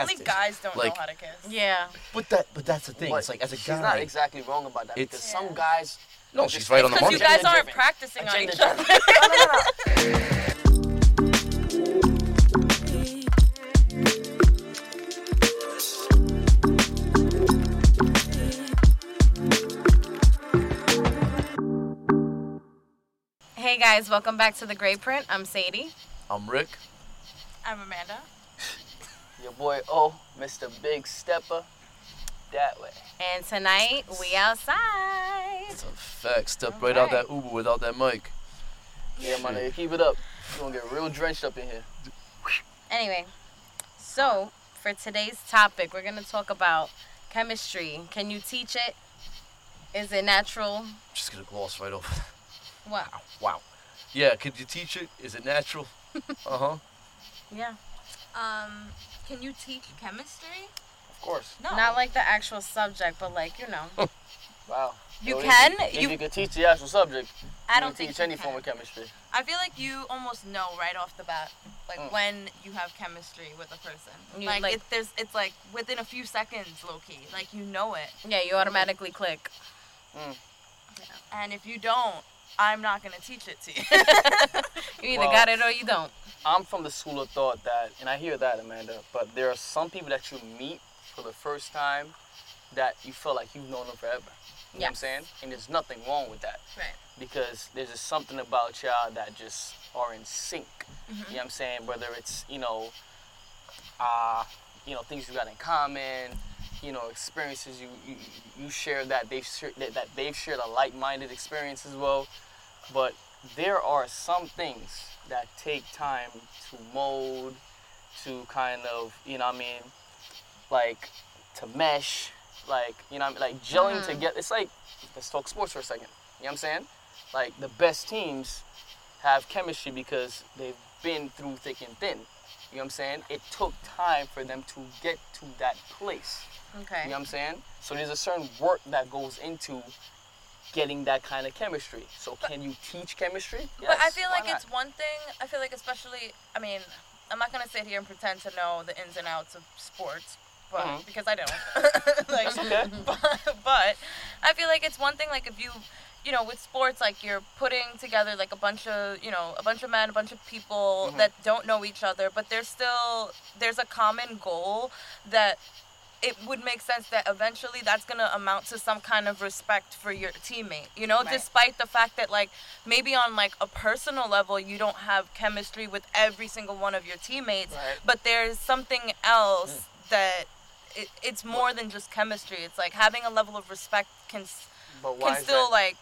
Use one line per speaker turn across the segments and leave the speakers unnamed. Only guys don't
Like-
know how to kiss.
Yeah.
But that, but that's the thing.
But
it's like as a
she's
guy.
not exactly wrong about that
It's-
because some guys.
no, she's right on the
Because you
money.
guys aren't
Agenda-driven.
practicing on each other.
Agenda-driven. no, no, no, no.
Hey guys, welcome back to the Gray Print. I'm Sadie.
I'm Rick.
I'm Amanda.
Your boy O, Mr. Big Stepper, that way.
And tonight we outside.
It's a fact. Step right out that Uber without that mic.
Yeah, my nigga, keep it up. You gonna get real drenched up in here.
Anyway, so for today's topic, we're gonna talk about chemistry. Can you teach it? Is it natural?
Just gonna gloss right over. that.
What?
Wow. Yeah, could you teach it? Is it natural? Uh huh.
Yeah.
Um, can you teach chemistry?
Of course.
No.
Not like the actual subject, but like you know.
Wow.
You
Yo,
can?
If you, if
You-
you could teach the actual subject,
I
you
don't
could
think
teach
you
any
can.
form of chemistry.
I feel like you almost know right off the bat, like
Mm.
when you have chemistry with a person.
You,
like
like-
it, there's, it's like within a few seconds, low key. Like you know it,
Yeah, you automatically click.
and if you don't, I'm not gonna teach it to you.
You either
Well-
got it or you don't.
I'm from the school of thought that, and I hear that, Amanda, but there are some people that you meet for the first time that you feel like you've known them forever. You know what I'm
Yes.
saying? And there's nothing wrong with that.
right.
because there's just something about y'all that just are in sync. You know what I'm saying? Whether it's, you know, uh, you know, things you got in common, you know, experiences you you, you share that they've shared that, that they've shared a like-minded experience as well. But there are some things that take time to mold, to kind of, you know what I mean, like to mesh, like, you know what I mean, like gelling together. It's like let's talk sports for a second. You know what I'm saying? Like the best teams have chemistry because they've been through thick and thin. You know what I'm saying? It took time for them to get to that place. You
Okay.
know what I'm saying? So there's a certain work that goes into getting that kind of chemistry. So can you teach chemistry?
but I
Yes,
feel
why
like
not?
it's one thing. I feel like especially. I mean, I'm not gonna sit here and pretend to know the ins and outs of sports, but
Mhm.
because I don't. like,
It's okay.
but, but I feel like it's one thing. Like if you, you know, with sports, like you're putting together like a bunch of, you know, a bunch of men, a bunch of people
Mhm.
that don't know each other, but there's still there's a common goal that it would make sense that eventually that's going to amount to some kind of respect for your teammate you know
Right.
despite the fact that like maybe on like a personal level you don't have chemistry with every single one of your teammates
Right. Mm.
but there's something else that it, it's more than just chemistry it's like having a level of respect can s-
But why
can
is
still
that?
like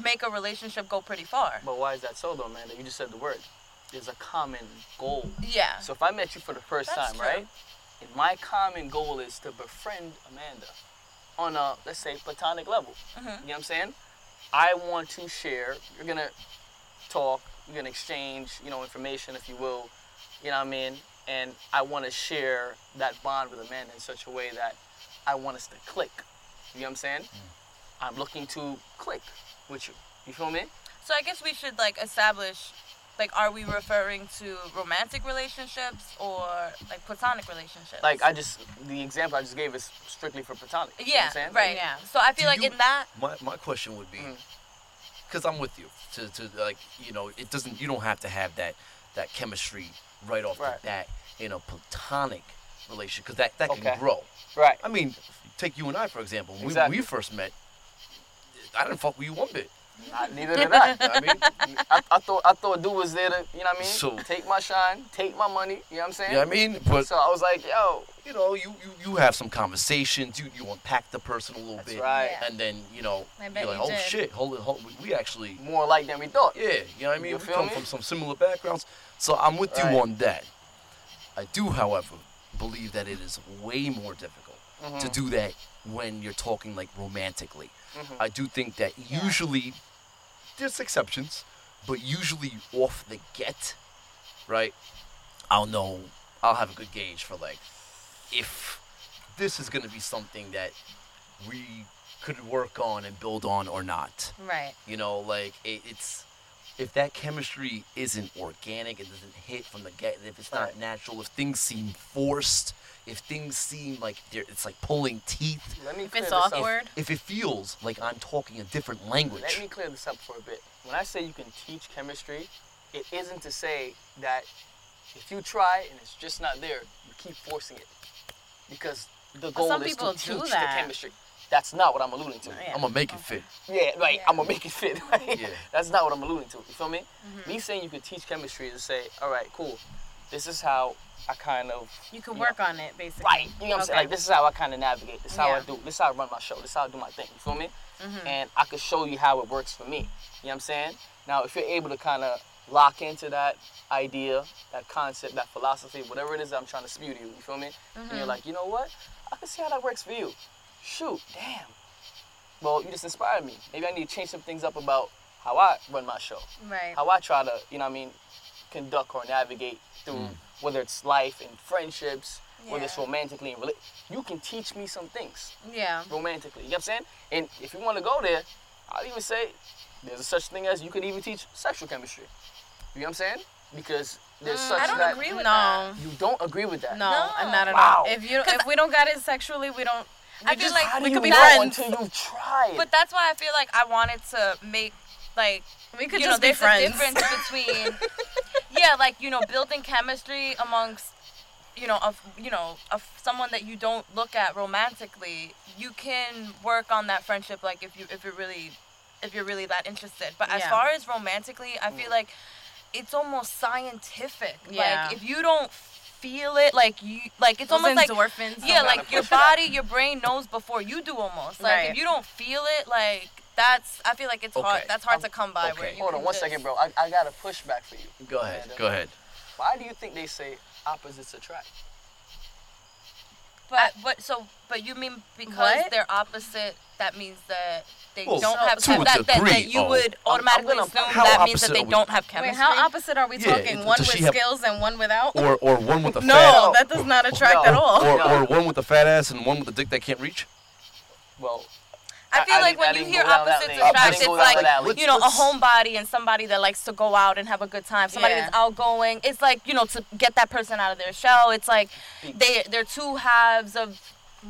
make a relationship go pretty far
But why is that so though, man? That you just said the word. There's a common goal.
yeah
So if I met you for the first
That's
time,
true.
right? And my common goal is to befriend Amanda on a let's say platonic level.
Mm-hmm.
You know what I'm saying? I want to share. You're gonna talk. You're gonna exchange, you know, information, if you will. You know what I mean? And I want to share that bond with Amanda in such a way that I want us to click. You know what I'm saying? I'm looking to click with you. You feel me?
So I guess we should like establish like are we referring to romantic relationships or like platonic relationships?
Like I just the example I just gave is strictly for platonic. you know what
Yeah,
I'm saying?
right.
Yeah.
So I feel
Do
like
you-
in that
My, my question would be,
Mm.
because I'm with you, to, to like you know, it doesn't. You don't have to have that that chemistry right off
Right.
the bat in a platonic relation, because that that
Okay.
can grow.
Right.
I mean, take you and I for example. When
Exactly.
we, we first met, I didn't fuck with you one bit.
I, neither did I.
You know what I mean,
I, I thought I thought dude was there to, you know what I mean?
So-
take my shine, take my money, you know what I'm saying?
you know what I mean, but
So I was like, yo,
you know, you, you, you have some conversations, you, you unpack the person a little
that's
bit,
right.
and then you know,
I bet
you're like,
you
oh
did.
shit, hold it, hold, we- we actually,
More like than we thought.
yeah, you know what I mean.
You
we
feel
come
me?
from some similar backgrounds, so I'm with
Right.
you on that. I do, however, believe that it is way more difficult to do that when you're talking like romantically.
Mm-hmm.
I do think that usually there's exceptions, but usually off the get, right? I'll know. I'll have a good gauge for like if this is going to be something that we could work on and build on or not.
Right.
You know, like it, it's if that chemistry isn't organic, it doesn't hit from the get, if it's not
Right.
natural, if things seem forced, if things seem like they're, it's like pulling teeth,
Let me
If
clear
it's
this up.
awkward,
if it feels like I'm talking a different language.
Let me clear this up for a bit. When I say you can teach chemistry, it isn't to say that if you try and it's just not there, you keep forcing it. Because the goal
some
is
people
to
do
teach
that.
the chemistry. That's not what I'm alluding to.
yeah.
I'm gonna make it fit.
Yeah, right. I'm gonna make it fit. Right?
Yeah.
That's not what I'm alluding to. You feel me? Me saying you could teach chemistry is to say, all right, cool. This is how I kind of
you could work on it basically.
Right. You know what I'm saying?
Okay.
Like this is how I kind of navigate. This is how I
Yeah. Mm-hmm.
do. This is how I run my show. This is how I do my thing. You feel me? And I could show you how it works for me. You know what I'm saying? Now, if you're able to kind of lock into that idea, that concept, that philosophy, whatever it is that I'm trying to spew to you, you feel me? And
Mm-hmm.
you're like, you know what? I can see how that works for you. Shoot, damn. Well, you just inspired me. Maybe I need to change some things up about how I run my show
Right.
how I try to, you know what I mean, conduct or navigate through whether it's life and friendships, whether it's
Yeah.
romantically and rela- you can teach me some things
Yeah.
romantically. You know what I'm saying? And if you want to go there, I'll even say there's a such thing as you can even teach sexual chemistry. You know what I'm saying? Because there's such
Mm, I don't
that
agree
No.
with
No.
that.
you don't agree with that.
No.
Not at
Wow.
all. If you if we don't got it sexually, we don't.
I
We
feel
just
like
How do
we
you
could be
know
friends.
until you try it?
But that's why I feel like I wanted to make like
we could
you
just
know,
be
there's
friends.
a difference between yeah, like you know, building chemistry amongst you know, of you know, of someone that you don't look at romantically. You can work on that friendship, like if you if you're really if you're really that interested. But as
Yeah. Mm.
far as romantically, I feel like it's almost scientific.
Yeah.
Like if you don't feel it, like you like it's
Those
almost like
endorphins.
yeah,
gotta
like your
push it out.
body, your brain knows before you do almost. Like
Right.
if you don't feel it, like that's I feel like it's hard.
Okay.
That's hard
I'm-
to come by. Where
okay.
you
Um, Hold
can
on one
just-
second, bro. I, I got a pushback for you.
Go ahead.
Amanda.
Go ahead.
Why do you think they say opposites attract?
But but so but you mean because
What?
they're opposite? That means that they
Well,
don't
so-
have
to a
that, that, that,
degree,
you
oh.
would
I'm
automatically
gonna-
assume
how
that means
opposite
that they
are we?
don't have
Wait,
chemistry.
how opposite are we
Yeah,
talking?
it-
One
does
with
she have-
skills and one without?
Or or one with a fat.
no, that does not attract
No.
at all.
Or,
No.
or one with a fat ass and one with a dick that can't reach.
Well,
I feel
I- I
like
didn't- I
when you
didn't
hear
go down that
opposites
lane. I
attract,
didn't
it's
go down that
like
lane.
you know a
Let's-
homebody and somebody that likes to go out and have a good time. Somebody
Yeah.
that's outgoing. It's like you know to get that person out of their shell. It's like they they're two halves of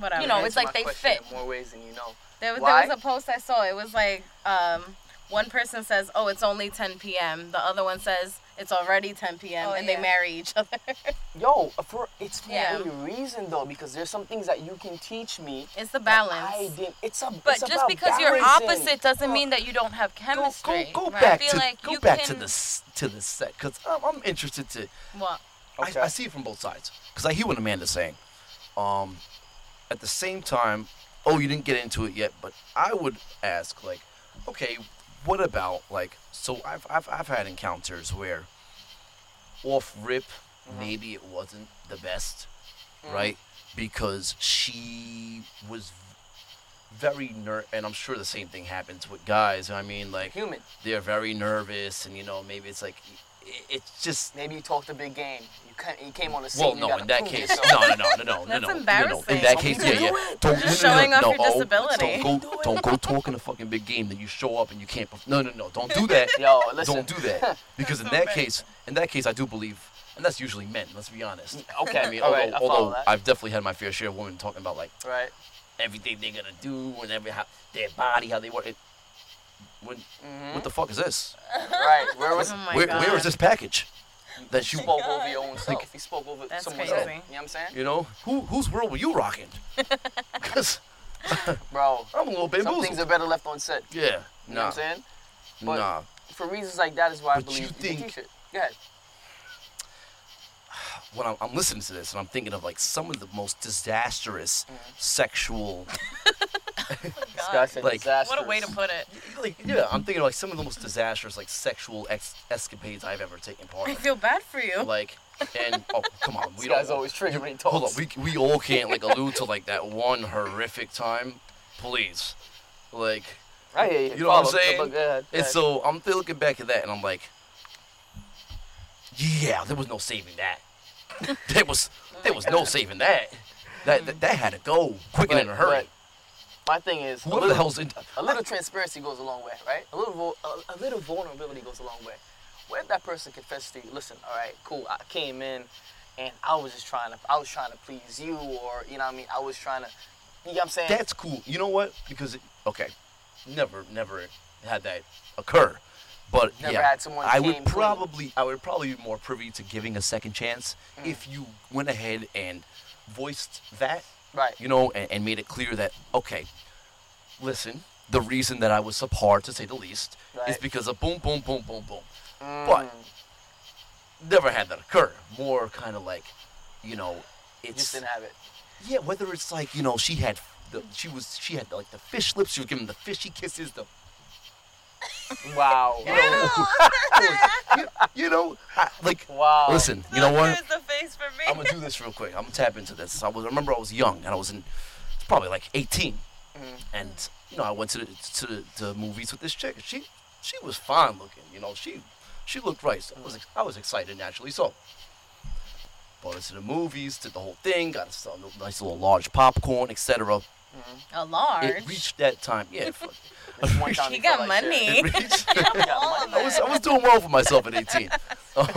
Whatever.
you know, it's
answer
like
my
they
question
fit.
in more ways than you know.
There was,
Why?
there was a post I saw. It was like um, one person says, "Oh, it's only 10 p.m." The other one says, "It's already 10 p.m."
Oh,
and
yeah.
they marry each other.
Yo, for it's for
Yeah.
a reason though, because there's some things that you can teach me.
it's the
that
balance.
I didn't. It's a.
But
it's
just
about
because you're
balancing.
opposite doesn't mean that you don't have
Go, go,
chemistry.
go
right?
back
I feel
to
like
go
you
back to
can-
this to this set because I'm, I'm interested to.
What?
Okay.
I, I see it from both sides because I hear what Amanda's saying. Um, at the same time, oh, you didn't get into it yet, but I would ask, like, okay, what about like? So I've I've, I've had encounters where off rip, maybe it wasn't the best,
Mm-hmm.
right? Because she was very ner, and I'm sure the same thing happens with guys. I mean, like,
Mm, Human.
they're very nervous, and you know, maybe it's like, it, it's just
Maybe you talked a big game. You ca- you came on the scene.
well,
you
no,
gotta
in that
prove
case,
yourself.
no, no, no, no, no, no,
That's
no, no, no.
embarrassing.
In that case, yeah, yeah. Don't,
Just
no, no, no,
showing
no,
off
no,
your
oh,
disability.
Don't go, don't go talking a fucking big game that you show up and you can't. perf- No, no, no, don't do that.
Yo, listen.
Don't do that because in that case, in that case, I do believe, and that's usually men. Let's be honest.
Okay.
I mean,
All
although,
right, I follow
although
that.
I've definitely had my fair share of women talking about like
Right.
everything they're gonna do and every how, their body, how they work. It, when, What the fuck is this?
Right. Where was?
Oh my
Where,
god.
where is this package that
You
you
spoke over your own self. you spoke over
That's
someone
crazy.
else. You know what I'm saying,
You know, who whose world were you rocking? Because
bro?
I'm a little
Some things
bamboozled.
are better left on set. You
yeah,
know what
nah,
I'm saying? but-
nah.
For reasons like that is why I
But
believe
you
you can
think-
teach it. Go ahead.
When I'm, I'm listening to this and I'm thinking of like some of the most disastrous
Mm-hmm.
sexual,
This guy said
Like-
disastrous.
What a way to put it.
like yeah, I'm thinking of like some of the most disastrous like sexual ex- escapades I've ever taken part
I
in.
feel bad for you.
Like, and oh come on, we
This
don't.
guy's always triggering when he
hold on,
talks.
we we all can't like allude to like that one horrific time, please. Like,
I hear you.
You know what I'm
Follow,
saying?
but go ahead, go
and
ahead.
so I'm still looking back at that and I'm like, yeah, there was no saving that. there was there was no saving that. That that, that had to go quicker than a hurry.
My thing is, a
Whoever the
little-
hell's in.
a little transparency goes a long way, right? A little vul- a, a little vulnerability goes a long way. What if that person confessed to you? Listen, all right, cool. I came in, and I was just trying to, I was trying to please you, or you know what I mean. I was trying to, you know what I'm saying?
That's cool. You know what? Because it, okay, never, never had that occur. But
Never
yeah,
had someone
I
came
would
clean.
probably, I would probably be more privy to giving a second chance
Mm.
if you went ahead and voiced that,
right.
you know, and, and made it clear that okay, listen, the reason that I was subpar, to say the least, is
Right. Mm.
because of boom, boom, boom, boom, boom. But never had that occur. More kind of like, you know,
You
it's
just didn't have it.
yeah, whether it's like you know she had, the, she was she had like the fish lips. She was giving the fishy kisses. The
Wow.
you know, you, you know, I, like
Wow.
listen, you know what?
Here's the face for me.
I'm gonna do this real quick. I'm gonna tap into this. I was I remember I was young and I was in it's probably like 18,
Mm-hmm.
and you know I went to the, to the, the movies with this chick. She she was fine looking. You know she she looked right. So I was ex- I was excited naturally. So brought us to the movies, did the whole thing, got us a nice little large popcorn, etc.
A large.
It reached that time. Yeah. fuck.
This one time
he
felt
got
like shit.
money.
It reached-
He got money.
I was, I was doing well for myself at 18. Um,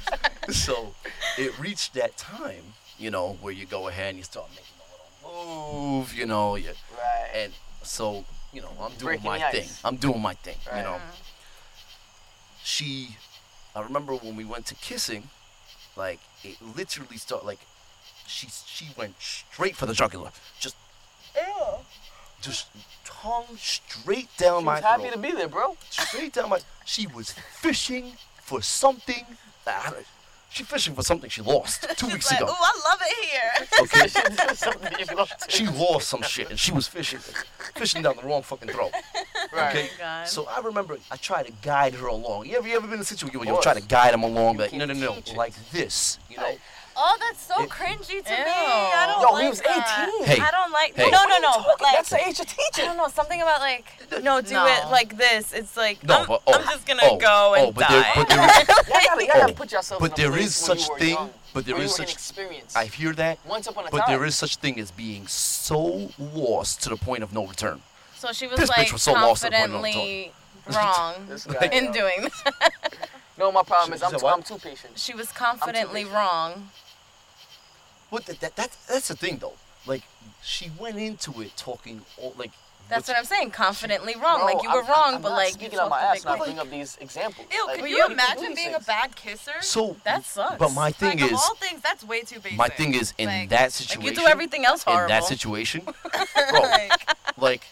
so it reached that time, you know, where you go ahead and you start making a little move, you know, you,
Right.
and so you know I'm doing
Breaking
my
the ice.
thing. I'm doing my thing,
Right.
you know. She, I remember when we went to kissing, like it literally started like she she went straight for the jugular, just just tongue straight down
She
my
was happy
throat
to be there, bro.
straight down my. She was fishing for something. That I don't, she fishing for something she lost two weeks
like, "Oh." ooh,
ago.
I love it here.
Okay,
Something you love to-
she lost some shit and she was fishing, fishing down the wrong fucking
Oh
throat.
Right.
Okay,
God.
so I remember I tried to guide her along. You ever, you ever been in a situation where you
course.
try to guide them along,
You
like no,
can
no, no,
teach it.
like this, you know?
Right.
Oh, that's so
It-
cringy to
Ew.
me. I don't
Yo, he
like
was
that.
18.
Hey,
I don't like.
hey.
No, no, no. Like,
That's the age of
I
teaching.
don't know. Something about like. No, do
No.
it like this. It's like.
No,
I'm,
but oh,
I'm just gonna
oh,
go and
oh, but
die.
There, but there is,
Y'all gotta, y'all gotta
Oh,
put yourself
but
in a
there
place
is
when you
such
were
thing-
young,
but there
when you
is
were
such-
inexperienced.
I hear that,
Once upon a
but
time.
there is such thing as being so lost to the point of no return.
so she was
This bitch
like
was so lost at one moment,
confidently wrong
This guy,
in
yo.
doing this.
No, my problem is
She
I'm
said
too,
what?
I'm too patient.
She was confidently
patient.
wrong.
But that, that, that that's the thing though. Like she went into it talking all like.
That's
which-
what I'm saying. Confidently wrong.
No,
like you were
I'm-
wrong,
I'm
but
not
like you
speaking on my
talked a
ass
big
when I
mouth.
bring up these examples.
Ew,
Like,
can
we
you
already
imagine
doing
being
things.
a bad kisser?
So
That sucks.
But my thing
like,
is,
of all things, that's way too basic.
my thing is in
Like-
that
Like
situation.
you do everything else horrible.
in that situation, bro.
Like,
like,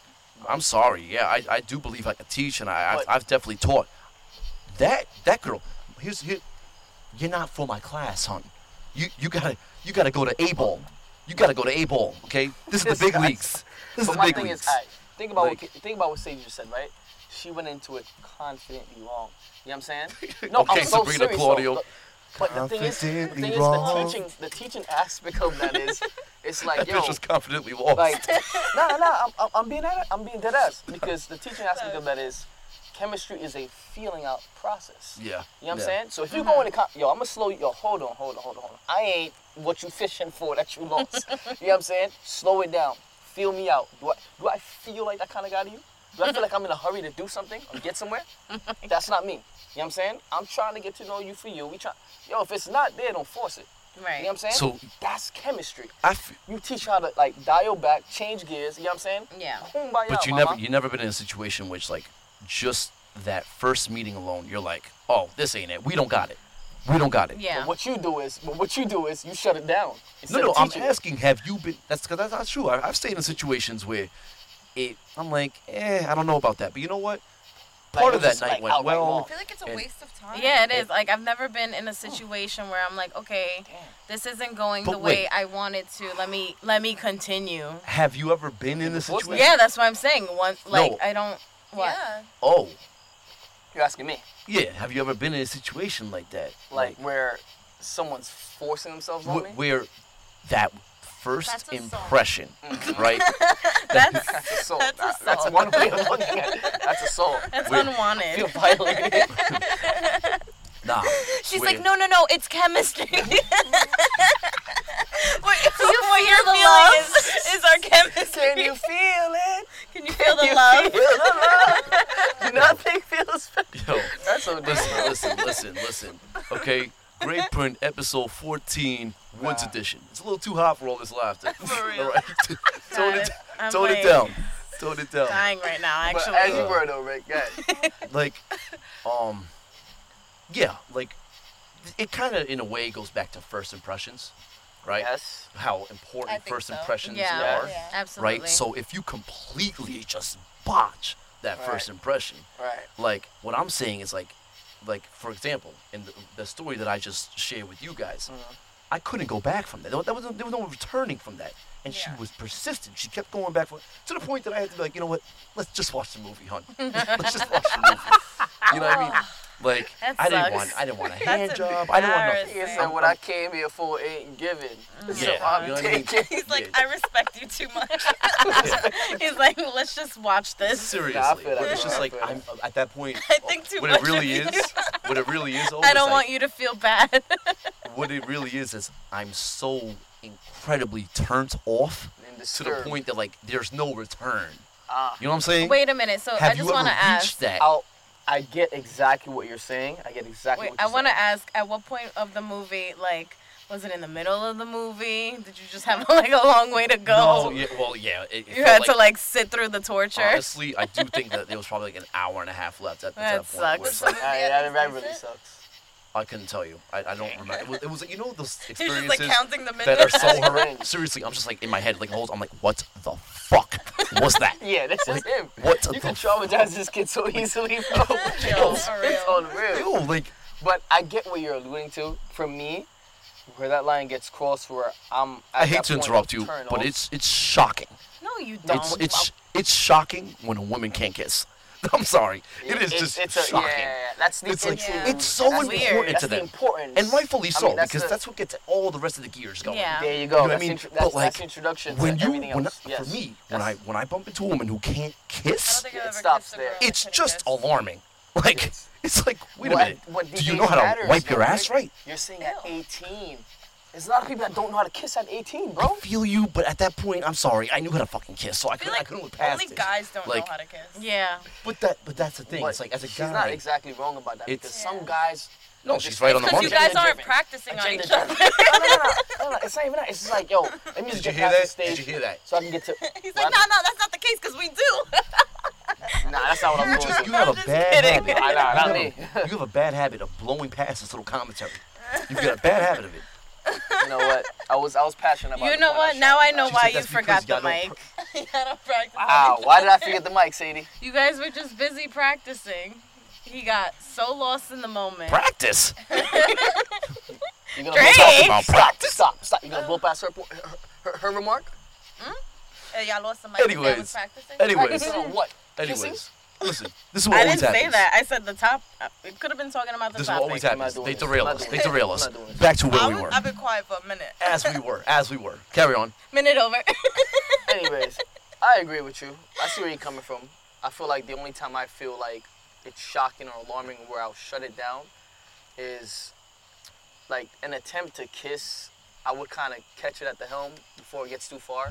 I'm sorry. Yeah, I, I do believe I could teach, and I I've,
But-
I've definitely taught. That that girl, here's here, you're not for my class, hon. You you gotta you gotta go to A ball. You gotta go to A ball. Okay, this is
This
the big
guy's-
leagues. This is
But
the
my
big
thing
leagues.
is, alright, think about
Like-
what think about what Sage just said, right? She went into it confidently wrong. You know what I'm saying? No,
Okay,
I'm so
Sabrina
serious, though.
Claudio.
Look, But the thing is, the
Confidently
thing is, the
wrong.
teaching, the teaching aspect of that is, it's like,
That
yo,
bitch was confidently lost.
like, no, no, no, I'm, I'm- I'm being, at, I'm being dead ass because the teaching aspect of that is, chemistry is a feeling out process.
yeah.
You know what
yeah.
I'm saying? So if you go in the con- yo, I'm gonna slow you. Yo, hold on, hold on, hold on, hold on. I ain't what you fishing for that you lost. you know what I'm saying? Slow it down. Feel me out. Do I do I feel like that kind of guy to you? Do I feel like I'm in a hurry to do something or get somewhere? That's not me. You know what I'm saying? I'm trying to get to know you for you. We try. Yo, if it's not there, don't force it. You know what
right.
I'm saying?
So-
that's chemistry.
I f-
You teach how to like dial back, change gears. You know what I'm saying?
Yeah.
Kumbaya,
But you
mama.
never you never been in a situation which like just that first meeting alone, you're like, oh, this ain't it. We don't got it. We don't got it.
Yeah.
But what you do is, but what you do is, you shut it down.
No,
instead
no.
of
I'm
teaching it.
asking, have you been? That's because that's not true. I, I've stayed in situations where it. I'm like, eh, I don't know about that. But you know what?
Like,
Part
it
of
was
that
just,
night
like,
went
outright
well.
wrong.
I feel like it's a
And-
waste of time.
Yeah, it is. Like I've never been in a situation where I'm like, okay, this isn't going
But
the way
wait.
I want it to. Let me let me continue.
Have you ever been in a
What's
situation?
that?
Yeah, that's what I'm saying. One like
No.
I don't what
Yeah.
Oh,
You're asking me.
yeah. Have you ever been in a situation like that?
like where someone's forcing themselves on me.
wh- where that
That's
first
assault.
impression, right?
that's
That's assault.
That's
That- that's
assault.
one way of looking at it. That's assault.
that's
Wait.
I feel
unwanted.
violated.
Nah.
She's
where-
like, no, no, no, it's chemistry.
What, what
feel
you're
the
feeling
love?
is, is our chemistry.
Can you feel it?
feel the love.
Feel the love. Nothing feels.
Yo,
That's so deep.
listen, listen, listen, listen. Okay, Great Print, episode 14, Woods Edition. It's a little too hot for all this laughter.
For real.
all right, tone it,
I'm
tone it
like
down, tone it down.
Dying right now,
But
actually.
as you were though, Rick. Yeah.
Like, um, yeah, like it kind of in a way goes back to first impressions, right?
Yes.
How
I
important
think
first
so.
impressions
Yeah.
are,
Yeah.
Absolutely.
right? So if you completely just botch that
Right.
first impression,
Right.
like what I'm saying is like, like for example, in the, the story that I just shared with you guys,
Mm-hmm.
I couldn't go back from that. There, was no, there was no returning from that, and
Yeah.
she was persistent. She kept going back for, to the point that I had to be like, you know what? Let's just watch the movie, hon. Let's just watch the movie. You know what I mean? Like
That
I didn't
sucks.
want, I didn't want a hand job. I didn't want nothing.
He said what I came here for ain't given.
Mm.
So
Yeah,
I'm
you know what I mean?
taking.
He's like,
Yeah.
I respect you too much. He's like, let's just watch this.
Seriously,
Nah, I feel that,
it's
bro.
just
I
like
feel
I'm at that point.
I think too
what
much.
it really
of you.
is, what it really is. oh,
I
it's
don't
like,
want you to feel bad.
what it really is is I'm so incredibly turned off
And
to the
disturbed.
point that like there's no return.
Ah.
You know what I'm saying?
Wait a minute. So
Have
I just
you ever
want to
reached
ask.
that?
I'll, I get exactly what you're saying. I get exactly
Wait,
what
I
you're
want
saying.
to ask. At what point of the movie, like, was it in the middle of the movie? Did you just have like a long way to
no,
go?
yeah, well, yeah. It, it
you
felt
had
like,
to like sit through the torture.
Honestly, I do think that there was probably like an hour and a half left at,
That
that point. where it's
sucks.
like,
Alright, that, that really sucks.
I couldn't tell you. I, I don't remember. It was, it was like, you know those
He's just
experiences.
like counting the
that are
minutes.
so horrendous.
horrendous.
Seriously, I'm just like in my head, like holes. I'm like, what the fuck was that?
Yeah, that's just him.
What
You
the
can traumatize this kid so easily, bro.
Yo,
it's,
for
it's
real.
unreal.
Yo, like,
But I get what you're alluding to. For me, where that line gets crossed, where I'm. At
I hate
that
to
point
interrupt
of
you,
turn
but
off.
it's it's shocking.
no, you don't.
It's it's it's shocking when a woman can't kiss. I'm sorry, it is
It's-
just
it's a-
shocking.
yeah, that's the
It's like
intro.
it's so
That's the-
important
that's
to
the
them,
importance.
and rightfully
I
so
mean, that's
because
the-
that's what gets all the rest of the gears going.
Yeah.
There you
You
go.
know what I
that's,
mean?
intro-
But,
that's,
like,
that's introduction to
When you,
everything
when I,
else. Yes.
for me, when I
That's-
when I bump into a woman who can't kiss,
think
It
I've ever
stops
kissed a
there.
girl that
it's
couldn't
just
kiss.
alarming. Like
Yes.
it's like, wait
What-
a minute,
what
do you
DJing
know how to
matters,
wipe your
though,
ass right?
You're saying at 18. There's a lot of people that don't know how to kiss at 18,
I
bro.
feel you, but at that point, I'm sorry. I knew how to fucking kiss, so I, couldn't. I couldn't look past
Only
it.
guys don't
Like-
know how to kiss.
yeah.
But that, but that's the thing.
But
It's like as a
she's
guy,
not exactly wrong about that
It's-
because some guys.
no, she's right on the
Because
money.
you guys
Agenda
aren't
driven.
practicing on
Agenda
each other.
driven. no, no, no, no, no, no, It's not even that. It's just like, yo, let me just
Did you hear
get past
that?
this stage
Did you hear that?
so I can get to.
He's like, no, no, that's not the case because we do.
Nah, that's not what I'm going
Just,
to.
you have a bad habit.
Nah, nah, not
you,
me.
have a, you have a bad habit of blowing past this little commentary. You've got a bad habit of it.
You know what? I was, I was passionate about
You
the
know
point
what? Now
shot.
I know
She
why
said
you
that's because
forgot the
y'all don't
mic.
I don't practice.
Wow, Ah, why did I forget the mic, Sadie?
You guys were just busy practicing. He got so lost in the moment.
Practice.
You're gonna blow past
Drake!
her-
About
Stop,
practice.
stop, stop. You're gonna blow past her, po- her, her, her remark?
Hey, y'all lost the mic. when y'all was
Anyways.
practicing?
Anyways,
Practice on what? Kissing?
anyways, listen. This is what
I
always
didn't say
happens.
that. I said the top. uh, It could have been talking about the
This is what
topic.
always
I'm not
happens.
doing
They
this.
derail
I'm not
us. They
doing
derail
this.
us.
I'm not doing this.
Back to where
I
we
was,
were.
I've been quiet for a minute.
As we were. As we were. Carry on.
Minute over.
Anyways, I agree with you. I see where you're coming from. I feel like the only time I feel like it's shocking or alarming where I'll shut it down is like an attempt to kiss. I would kind of catch it at the helm before it gets too far.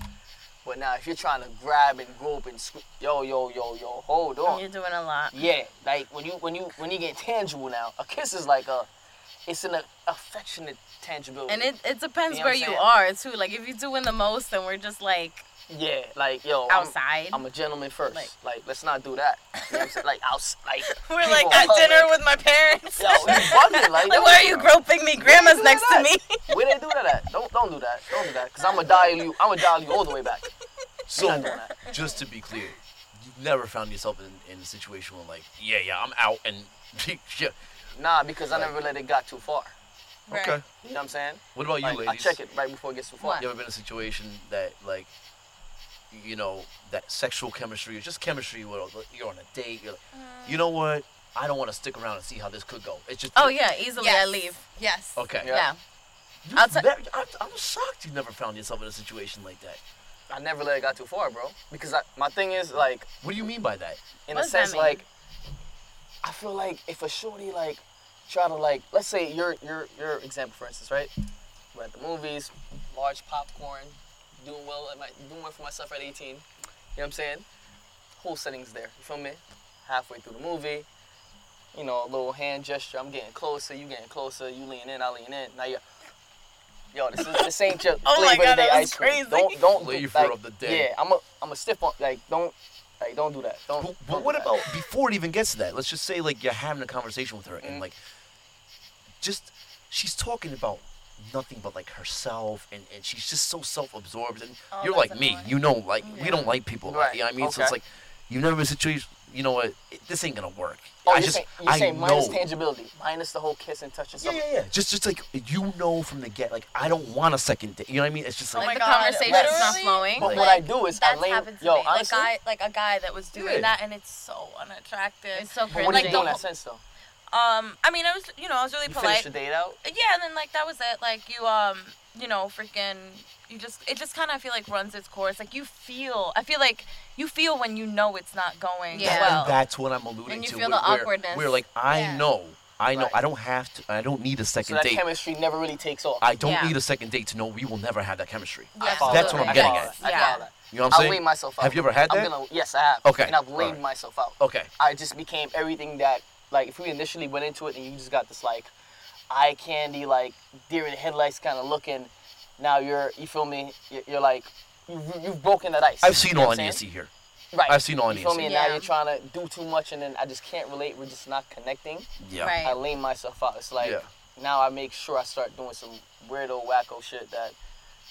But now, if you're trying to grab and grope and sque- yo, yo, yo, yo, hold on.
You're doing a lot.
Yeah, like when you when you when you get tangible now, a kiss is like a, it's an affectionate tangibility.
And it, it depends
You know
where
what I'm
you are too. Like if you're doing the most, then we're just like
yeah, like yo, I'm-
outside.
I'm a gentleman first. Like,
Like-
let's not do that. You know what I'm saying? Like, I'll, s- like
we're like
people
at
hug.
dinner with my parents.
Yo, you bugging? Like,
like
yo,
why are you groping me? Grandma's next to me.
Where they do that at? Don't don't do that. Don't do that. Cause I'ma dial you. I'ma dial you all the way back.
So,
not doing that.
just to be clear, you've never found yourself in, in a situation where, like, yeah, yeah, I'm out and. yeah.
Nah, because I never let it got too far.
Okay.
You know what I'm saying?
What about you,
Like,
ladies?
I check it right before it gets too far.
What?
You ever been in a situation that like, you know, that sexual chemistry or just chemistry where like, you're on a date, you're like, you know what? I don't want to stick around and see how this could go. It's just
Mm. Oh yeah, easily I
Yes.
leave.
Yes.
okay.
Yeah.
Yeah.
You've
I'll tell-
never- I'm, I'm shocked you never found yourself in a situation like that.
I never let it got too far, bro. Because I, my thing is like,
What do you mean by that?
in
What
a
does that
sense,
mean?
like, I feel like if a shorty like try to like, let's say your your your example for instance, right? We're at the movies, large popcorn, doing well at my doing well for myself at 18. You know what I'm saying? whole setting's there. You feel me? Halfway through the movie, you know, a little hand gesture. I'm getting closer. You getting closer. You lean in. I lean in. Now you. Yo, this is this ain't just
Oh my
flavor
God,
of the day
that was
ice cream.
crazy.
Don't don't do-
Flavor
like,
of the day.
Yeah, I'm a I'm a stiff on like don't like don't do that. Don't.
But,
don't
but
do
what
that.
about before it even gets to that? Let's just say like you're having a conversation with her and
Mhm.
like just she's talking about nothing but like herself and, and she's just so self-absorbed and
Oh,
you're
that's
like me
annoying.
you know like we
Yeah.
don't like people like,
Right,
you know what i mean so it's
okay.
like you never been in a situation you know what it, this ain't gonna work
Oh,
i
you're
just
saying, you're
i
saying
know
minus tangibility, minus the whole kiss and touch and
yeah,
stuff.
yeah, yeah. Just, just like you know from the get, like I don't want a second date. You know what I mean? It's just
Oh
like
my
Like the
God,
conversation's not
literally?
flowing.
But
Like,
what I do is I
That's
lay.
happened to
yo,
me.
honestly,
like guy, like a guy that was doing
Yeah.
that, and it's so unattractive.
It's so
but
crazy.
what
Like
did you
the
do in that
whole-
sense though?
Um, I mean, I was, you know, I was really
You
polite.
finished the date out.
yeah, and then like that was it. Like you, um, you know, freaking, you just, it just kind of I feel like runs its course. Like you feel, I feel like you feel when you know it's not going
Yeah.
well.
And that's what I'm alluding
And you
to.
feel
where,
the
where-
awkwardness.
Where, like I
Yeah.
know, I know,
Right.
I don't have to. I don't need a
So
second
that
date.
chemistry never really takes off.
I don't
Yeah.
need a second date to know we will never have that chemistry.
I
Yeah.
follow
That's
that.
what I'm
I
getting
follow
at.
that. I
Yeah.
follow that.
You know what I'm
I'll
saying?
weign myself out.
Have you ever had
I'm
that?
gonna, yes, I have.
Okay,
And I've laid
alright.
myself out.
Okay.
I just became everything that, like, if we initially went into it and you just got this, like, eye candy, like, deer in the headlights kind of looking, now you're, you feel me? You're, you're like, you, you've broken that ice.
I've seen
You know
all
what I'm
Nancy
saying?
here.
Right.
I've seen all
You feel
Nancy.
me? And
Yeah.
now you're trying to do too much and then I just can't relate. We're just not connecting.
Yeah.
Right.
I lean myself out. It's like
Yeah.
now I make sure I start doing some weirdo wacko shit that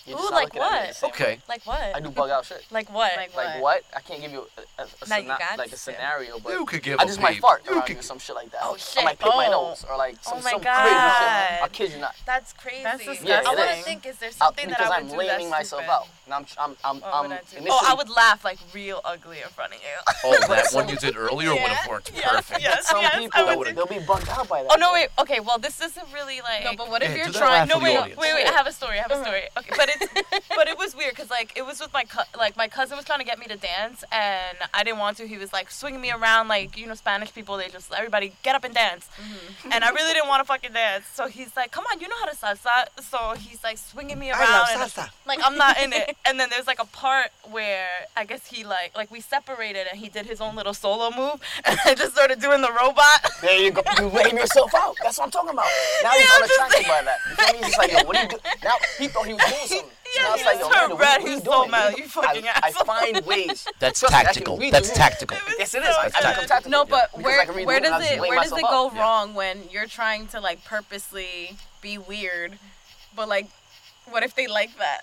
you're just
Ooh,
not
like
looking at me
what?
the same way.
Okay.
Like
I
what?
do bug out shit.
Like what?
Like
Like what?
What?
I can't give you a, a, a,
Now you
scena-
got
like a
to.
scenario, but
You could give
I
a
just
babe.
might fart
You
around
could-
you or some shit like that.
Oh,
I
shit.
might pick my
Oh.
nose or like some,
Oh, my
some crazy shit. I
God.
kid you not.
That's crazy.
That's
Yeah, it
I want
is.
to think, is there
I,
something
because
that I would
am
do
laying
that's
myself
stupid?
out. Um, And I'm, I'm, I'm,
What
I'm
would I do?
initially,
Oh, I would laugh like real ugly in front of you.
Oh, that one you did earlier would have
Yeah,
worked
yes,
perfect.
yes,
Some
yes, I
people,
would
they'll be bugged out by that.
Oh no, wait. Okay, well, this isn't really like.
No, but what if
Yeah, do
you're
that
trying?
laugh
No,
for the
wait, wait,
audience.
wait. I have a story. I have a story. Okay, but it's but it was weird because like it was with my co- like my cousin was trying to get me to dance and I didn't want to. He was like swinging me around like you know Spanish people. They just everybody get up and dance,
Mm-hmm.
and I really didn't want to fucking dance. So he's like, come on, you know how to salsa. So he's like swinging me around. and- like I'm not in it. And then there's like a part where I guess he like like we separated and he did his own little solo move and I just started doing the robot.
There you go. You lame yourself out. That's what I'm talking about. Now he's unattracted by that. You feel me? He's just like, yo, what are you doing? Now he thought he was doing something.
Yeah,
now
he
it's like,
was
yo,
so
Amanda,
red.
what are
He
you
was
doing?
so mad.
What
You fucking
I, I
asshole.
find ways.
That's
Trust me, I can
tactical.
read
That's
you.
tactical.
Yes, it is. I, I
good.
can tactical.
No, but
Because I
where
can read
where
the room and I just
does it
lay
where does it
myself
go
out.
Yeah.
wrong when you're trying to like purposely be weird, but like, what if they like that?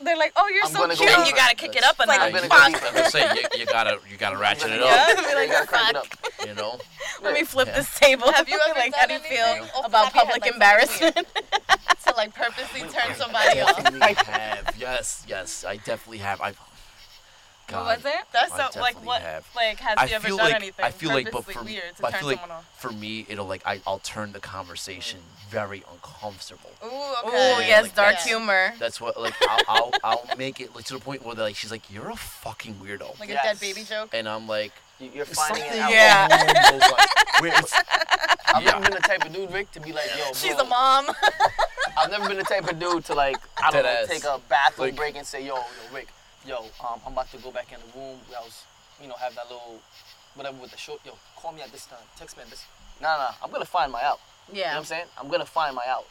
They're like, oh, you're
I'm
so
gonna go
cute.
deeper.
you gotta kick it up a
Like,
notch.
I'm gonna go
Fuck.
deeper.
I'm just saying, you, you gotta, you gotta ratchet it up.
Yeah, you gotta crank it up.
You know.
Let me flip
Yeah.
this table.
Have you ever
like,
done
how do you
anything
feel
off the
about
top of your
public
head, like,
embarrassment?
something
to like purposely turn
Oh,
somebody off.
I have. Yes, yes, I definitely have. I've. God.
What was it?
I
That's so, like
definitely
what
have.
like has
I
you ever
feel
done
like
anything
I feel like, but
purposely
for
weird to
but I
turn
feel like
someone off?
for me, it'll like I, I'll turn the conversation very uncomfortable.
Ooh,
Ooh,
okay.
Yeah,
yes,
like
dark
that.
humor.
That's what like I'll, I'll I'll make it like to the point where like she's like you're a fucking weirdo,
Like
Yes.
a dead baby joke.
and I'm like
You- You're finding
something
it out.
Yeah.
along those lines. Where it's-
I've
Yeah.
never been the type of dude, Rick, to be like, yo, bro,
She's a mom.
I've never been the type of dude to like, I don't know,
Deadass.
take a bathroom
Like-
break and say, yo, yo, Rick, yo, um, I'm about to go back in the room. I was, you know, have that little whatever with the short. Yo, call me at this time. Text me at this. Nah, nah, I'm gonna find my out. You know what
Yeah.
I'm saying? I'm gonna find my out.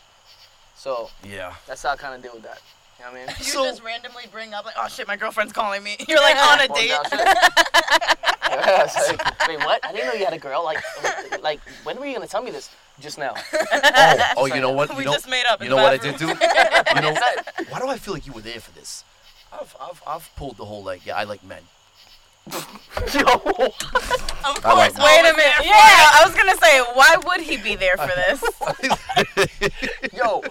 So
yeah.
that's how I kind of deal with that. You know what I mean?
You
So-
just randomly bring up like, oh shit, my girlfriend's calling me.
You're like on a
Going
date.
down shit. Yeah, it's like, Wait, what? I didn't know you had a girl. Like, like, when were you gonna tell me this? Just now.
Oh, oh, you know what? You
We
know,
just made up.
you
in
know
the
what I
bathroom.
did do? you know, why do I feel like you were there for this? I've, I've, I've pulled the whole like yeah, I like men.
Yo.
Of
I like
course.
that.
Wait
Wait
a
a
minute.
minute. Yeah, I was gonna say, why would he be there for this?
Yo,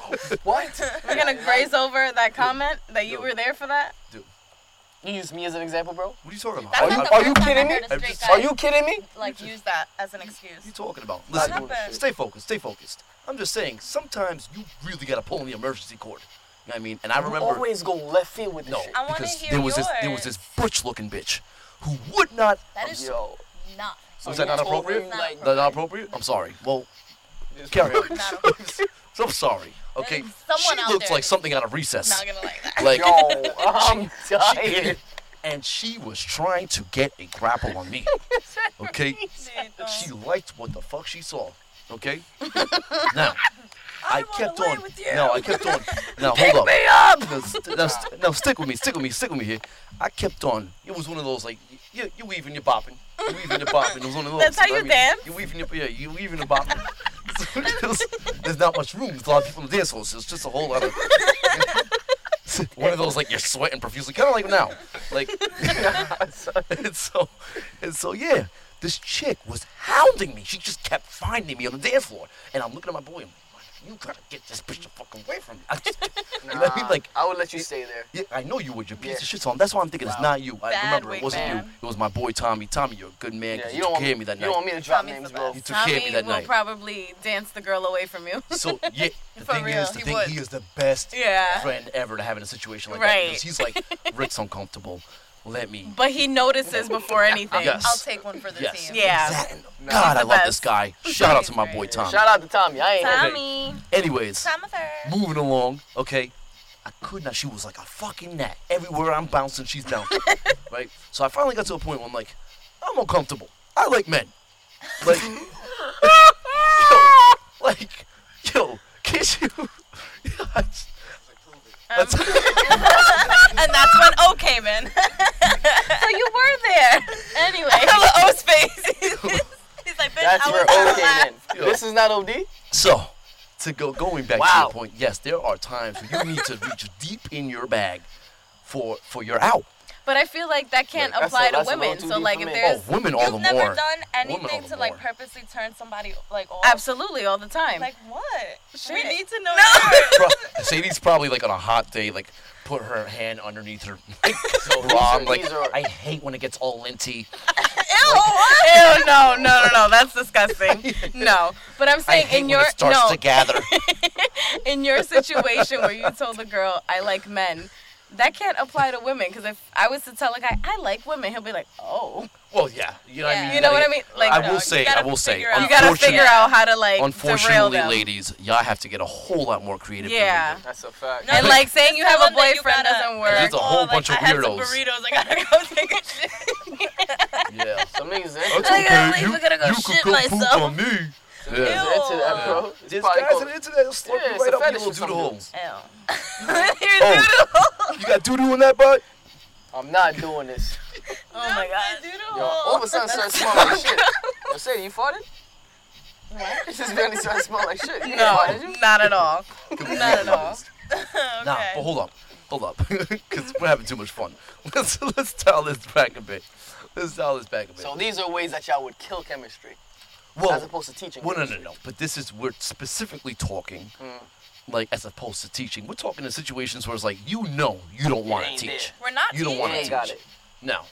what?
We're gonna graze over that comment that you were there for that.
You use me as an example, bro?
What are you talking about?
That's
Are
not
you-
the
are
first
you
time I
kidding
heard
me?
a
I'm
straight
just-
guy,
Are you kidding me?
like use that as an excuse?
you talking about?
That's
Listen,
bullshit.
stay focused, stay focused. I'm just saying, sometimes you really gotta pull on the emergency cord. You know what I mean? And I
You
remember
always go left field with this
no,
shit.
I wanna
because
hear
there was this there was this butch looking bitch who would not.
That is
Yo.
not.
So
was that
you
not
told
appropriate?
him, like,
That's not appropriate. I'm sorry. Well, carry on.
Not okay.
So I'm sorry. Okay,
There's someone
she
out
looks
there
like something out of recess.
Not gonna like that.
Like
Yo, I'm dying.
and she was trying to get a grapple on me. Okay? She liked what the fuck she saw. Okay? Now, I, kept on. No, I kept on. Now, hold up. Now, st- now, st- now, stick with me, stick with me, stick with me here. I kept on. It was one of those like you, you weaving, you're bopping, you weaving, you're bopping. It was one of those.
That's how you dance?
You weaving, you yeah, you weaving, you're bopping. So there's, there's not much room. There's a lot of people in the dance hall, so it's just a whole lot of. one of those like you're sweating profusely, kind of like now, like. and so, and so, yeah. This chick was hounding me. She just kept finding me on the dance floor, and I'm looking at my boy. I'm like, you gotta get this bitch the fuck away from me. I just, you know what I mean?
Nah,
Like,
I would let you stay there.
yeah, I know you would. Your piece
Yeah.
of shit song. That's why I'm thinking it's not you. I
Bad
remember it
wig
wasn't you.
man.
It was my boy Tommy. Tommy, you're a good man. 'cause
Yeah,
you
you
took
don't want,
care of me that
you don't want
night.
me to drop
Tommy's the
names,
best.
bro.
You took care of
Tommy
me that
will
night.
probably dance the girl away from you.
So yeah, the
For
thing
real,
is, the
he
thing
would.
he is the best
Yeah.
friend ever to have in a situation like that
Right.
because he's like, Rick's uncomfortable. Let me.
But he notices before anything.
Yes.
I'll take one for the
Yes.
team.
Yeah.
That and- God, I love
best.
this guy. Shout out to my
He's
boy
great.
Tommy.
Shout out to Tommy. I ain't
Tommy.
Anyways,
Tommy.
moving along. Okay, I could not. She was like a fucking gnat. Everywhere I'm bouncing, she's bouncing. right. So I finally got to a point where I'm like, I'm uncomfortable. I like men. Like, yo, like, yo, can't you? That's-
And that's when O came in.
So you were there. Anyway.
Hella O's face. Oh, He's like, bitch,
That's
I
where
was
O came in.
Yo.
This is not OD.
so, to go going back to
Wow.
your point, yes, there are times where you need to reach deep in your bag for for your out.
But I feel like that can't
Like, that's
apply
a- that's a
to women.
little too
So
deep
like
for
if
me.
there's
Oh, women all the
You've never
more.
done
all
anything
the
to like
more.
purposely turn somebody like off.
absolutely all the time.
Like what?
Shit.
We need to know.
Bro, Sadie's probably like on a hot day, like put her hand underneath her like, bra.
are-
I'm like,
these are-
I hate when it gets all linty.
Ew, no, no, no, no. That's disgusting. No. But I'm
I
saying
hate
in your
when it starts
no,
to gather.
in your situation where you told the girl I like men, that can't apply to women because if I was to tell a guy I like women, he'll be like, oh,
Well, yeah, you know what I mean.
you know what I mean? Like
I
no,
will
you
say,
gotta
I will say,
figure out-
you gotta
unfortunately-
figure out how to like derail
Unfortunately,
them.
ladies, y'all have to get a whole lot more creative. than we
Yeah.
do.
That's a fact.
and
No,
like saying you
just
have
tell
a
them that you
boyfriend
gotta-
doesn't
There's
work.
a whole
Oh, like,
bunch of
I had some
weirdos.
burritos. I gotta go take a shit.
Yeah.
Some niggas into
That's
I gotta
okay,
leave, I gotta go
could
shit
go poop
myself.
on me.
niggas
Yeah.
Ew.
into that, bro. It's
There's
probably
guys
called-
on the internet that'll slurp
Yeah,
you
it's
right
a
up your
fetish
little
for some
doodle hole.
dudes.
Oh, you got doodle in that butt?
I'm not doing this.
Oh my god.
Yo,
Oh.
all of a sudden, started smelling like shit. Yo, say, you farted? What? It just barely started smelling like shit. You
No,
farted, you?
not at all. Not at all.
Nah, but hold up, hold up, because we're having too much fun. Let's let's dial this back a bit. Let's dial this back a bit.
So these are ways that y'all would kill chemistry,
Whoa.
as opposed to teaching.
well, no, no,
chemistry.
no. But this is we're specifically talking,
Mm.
like as opposed to teaching. We're talking in situations where it's like you know you don't want to
ain't
teach.
We're not.
You don't
cheating.
want to
Yeah,
teach.
got it.
Now,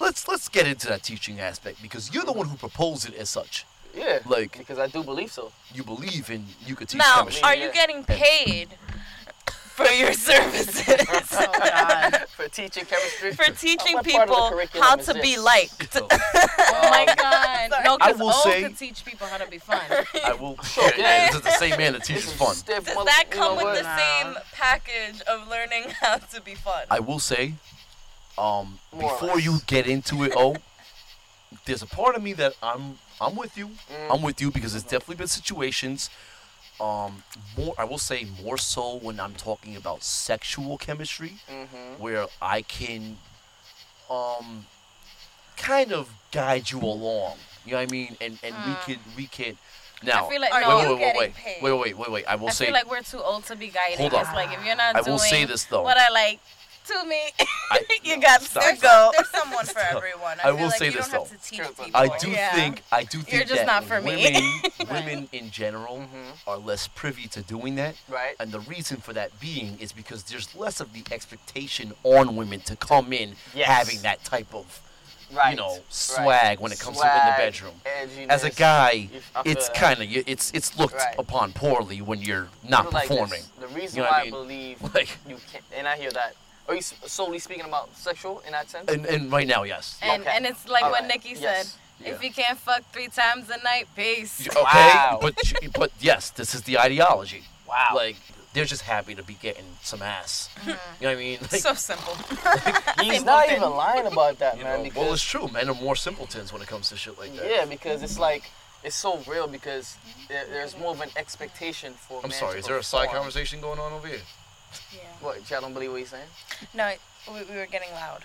let's let's get into that teaching aspect because you're the one who proposed it as such.
Yeah.
Like-
because I do believe so.
You believe in you could teach
Now,
chemistry.
are you getting paid for your services?
Oh god.
For teaching chemistry.
for teaching
What part of the
people
curriculum
how
is
to be
this?
liked.
So,
Oh my god. No,
I
because
will
O
say-
could teach people how to be fun.
I will.
Sure,
yeah,
yeah.
this is the same man that
This
teaches
is
fun.
stiff
Does
mother-
that
you
come
know
with the
what?
same package of learning how to be fun?
I will say, um,
More or
before
less.
you get into it, oh, there's a part of me that I'm I'm with you.
Mm-hmm.
I'm with you because there's definitely been situations. Um, more I will say more so when I'm talking about sexual chemistry,
Mm-hmm.
where I can, um, kind of guide you along. You know what I mean? And and
Mm.
we can we can. Now,
feel like-
wait,
no,
wait,
you
wait, wait,
getting
wait,
paid.
wait, wait, wait, wait. I will
I
say
feel like we're too old to be guiding.
Hold
it's
on.
like if you're not
I
doing
will say this, though.
what I like to me,
I-
you got
stop.
to
There's,
go.
there's someone for everyone.
I
I, feel
will
like
say
you
this,
don't
though.
have to teach people.
I do
Yeah.
think I do think
just
that
not for me.
women, women in general are less privy to doing that,
Mm-hmm. Right.
and the reason for that being is because there's less of the expectation on women to come in
Yes.
having that type of
Right.
you know
right.
swag when it comes to in the
Swag,
bedroom.
edginess.
As a guy,
You- I feel
it's
that.
kind of it's it's looked
Right.
upon poorly when you're not
Put it like this.
performing.
The reason
You know what
why
I
I,
mean?
believe
Like-
you can and I hear that. Are you s- solely speaking about sexual in that sense?
And and right now, yes.
And
Okay.
and it's like what
Alright.
Nikki said.
Yes.
If you can't fuck three times a night, peace.
Okay,
Wow.
but but yes, this is the ideology.
Wow.
Like they're just happy to be getting some ass. You know what I mean? Like,
so simple.
He's not even lying about that,
you
man.
know,
because
well, it's true. Men are more simpletons when it comes to shit like that.
Yeah, because it's like it's so real because there, there's more of an expectation for.
I'm
man
sorry.
to
Is there a side
perform.
conversation going on over here?
What? Y'all don't believe what he's saying?
No, we, we were getting loud.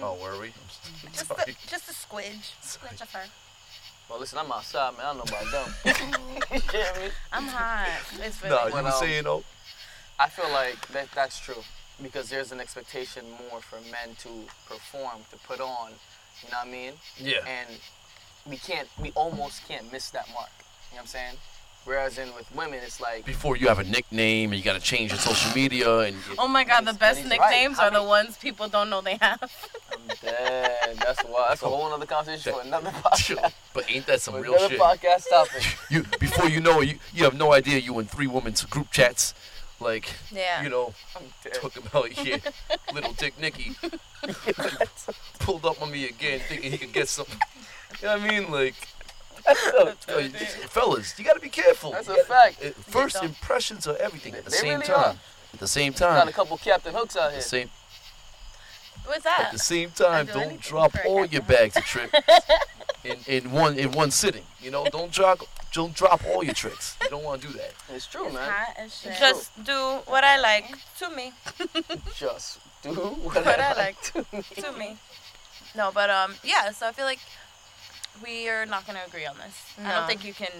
Oh, where are we? I'm
Just
sorry.
a, just a squidge. Squidge of her.
Well, listen, I'm outside, man. I don't know about them. you hear me?
I'm hot. It's really
No, you
But,
were
um,
saying oh,
I feel like that that's true because there's an expectation more for men to perform, to put on. You know what I mean?
yeah.
and we can't we almost can't miss that mark you know what i'm saying whereas in with women it's like
Before you have a nickname and you gotta change your social media and you-
Oh my god, the
He's-
best
he's right.
nicknames
How
are the
many-
ones people don't know they have.
i'm dead that's why that's a whole other conversation for another podcast
but ain't that some
for
real
another
shit?
podcast topic
You before you know it, you you have no idea you in three women's group chats, like
Yeah.
you know
i'm dead
talking about yeah, little Dick Nicky pulled up on me again thinking he could get some. You know what I mean? Like, yo, you- fellas, you gotta be careful.
that's
You
a fact
gotta- uh, first impressions are everything at the
They
same
really
time.
are.
At the same
got a
time.
couple captain hooks out
The
here
same
What's
At
that?
the same time,
do
don't
anything
drop
for a
all your bags of tricks in, in one in one sitting. You know, don't drop don't drop all your tricks. You don't want to do that.
it's true man
Hot as shit.
Just do what I like to me.
just do what
What I
i like
like to me. No, but um, yeah. So I feel like we are not gonna agree on this. I
No.
don't think you can.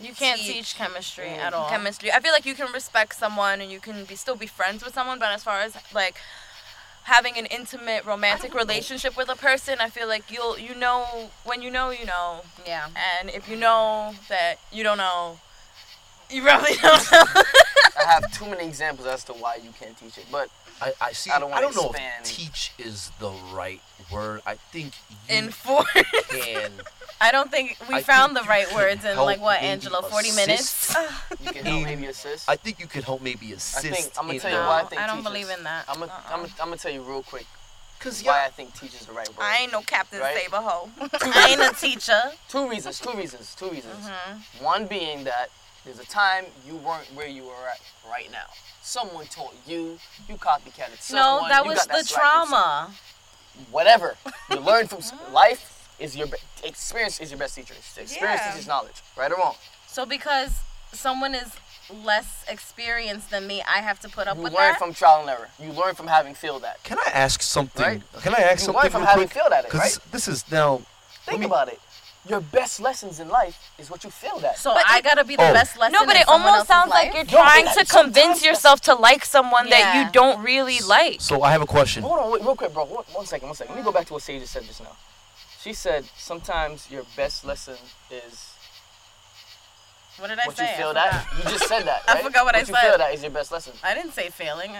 you can't
teach-
teach chemistry
Mm.
at all.
chemistry. I feel like you can respect someone and you can be still be friends with someone, but as far as like having an intimate romantic relationship with a person, I feel like you'll you know when you know you know,
yeah.
and if you know that you don't know, you probably don't know.
i have too many examples as to why you can't teach it but
I, I see. I
I
don't,
don't wanna
know if
expand.
teach is the right word. I think you
Enforce.
can.
I don't think we
I
found
think
the
you
right
could
words in like
help
what
maybe
Angela, 40 minutes.
assist.
you can help maybe assist
I think you could help maybe assist.
I'ma
in
tell you
the-
No,
why
I,
I think
don't
teachers-
believe in that.
I'm gonna
Uh-uh.
I'm gonna tell you real quick
Cause
why I
yeah,
think teach is the right word.
I ain't no Captain
Right.
Saber hoe.
I ain't a teacher.
Two reasons, two reasons, two reasons.
Mm-hmm.
One being that there's a time you weren't where you are at right now. Someone taught you, you copycatted someone.
no, that
you
was
got
the
slack from
trauma.
some- Whatever. You learn from s- life is your be- experience is your best teacher. Experience
Yeah.
is just knowledge, right or wrong.
So because someone is less experienced than me, I have to put up
You
with
learn
that.
from trial and error. You learn from having failed that.
can I ask something?
Right.
Can I ask
You
something
learn from
real
how you
quick?
failed at it,
'Cause
right?
this is now.
Think
me-
about it. Your best lessons in life is what you failed at.
so
But
I
it-
gotta be the
Oh.
best lesson.
No, but
in
it
someone else's
almost sounds
life.
like you're
No, but
trying to
sometimes
convince
that's-
yourself to like someone that
Yeah.
you don't really like.
So I have a question.
Hold on, wait, real quick, bro. One, one second, one second. Let me go back to what Sage just said just now. She said sometimes your best lesson is
What did I
what
say?
you
I
feel
forgot.
that. You just said that.
I
right?
forgot what I
you
said.
feel that is your best lesson.
I didn't say failing.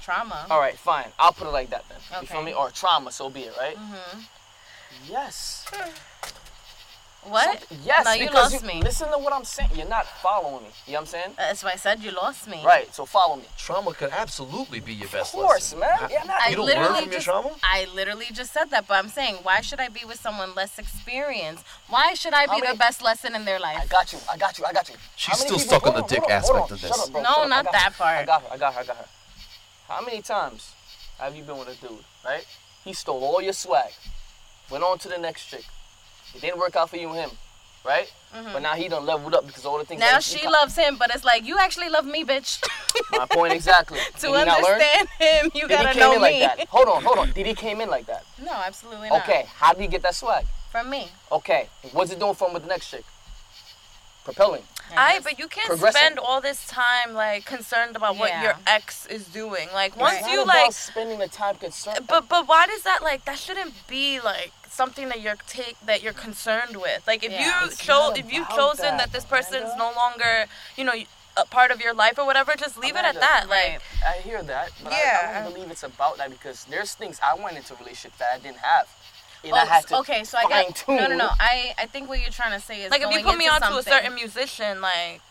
Trauma.
All right, fine. I'll put it like that then. You feel
Okay.
me? Or trauma, so be it, right? Mm-hmm. Yes.
What?
Yes.
No, you
because
lost me. Uh,
Listen to what I'm saying. You're not following me. You know what I'm saying?
That's why I said you lost me.
Right. So follow me.
Trauma could absolutely be your
Of
best
course,
lesson.
man. Yeah, not.
I
You don't learn
literally
from your
just,
trauma.
I literally just said that, but I'm saying, why should I be with someone less experienced? Why should I
How
be the
many-
best lesson in their
I
life?
got you. I got you. I got you. How
She's still
many people-
stuck on
hold
the dick
hold hold
aspect of
Shut
this.
up, bro.
No,
Shut up. I
not
got
that
her. I
part.
got her. I got her. I got her. How many times have you been with a dude, right? He stole all your swag, went on to the next chick. It didn't work out for you and him, right? But now he done leveled up because all the things.
Hmm. Mm-hmm. Now
that he
she
co-
loves him, but it's like you actually love me, bitch.
My point exactly.
to
Did he not learn?
understand him, you
Did he
gotta
came
know
in like
me.
that? Hold on, hold on. Did he came in like that?
No, absolutely not.
Okay. How did he get that swag?
From me.
Okay. What's it doing for him with the next chick? Propelling.
I but you can't
Progressing.
spend all this time like concerned about
Yeah.
what your ex is doing. Like once
it's not
you
about
like
spending the time concerned.
but but why does that like that shouldn't be like something that you're take that you're concerned with. Like if
Yeah.
you
It's
chose
not
if you
about
chosen
that,
that this person's
Amanda.
no longer, you know, a part of your life or whatever, just leave it at
Amanda,
that.
Right.
Like
I hear that, but I, I
Yeah.
don't believe it's about that because there's things I went into relationships that I didn't have, and I
Oh,
had to
okay, so I
fine
got
tune.
no, no, no. I, I think what you're trying to say is
like if you
going
put me
into
onto a
something-
certain musician, like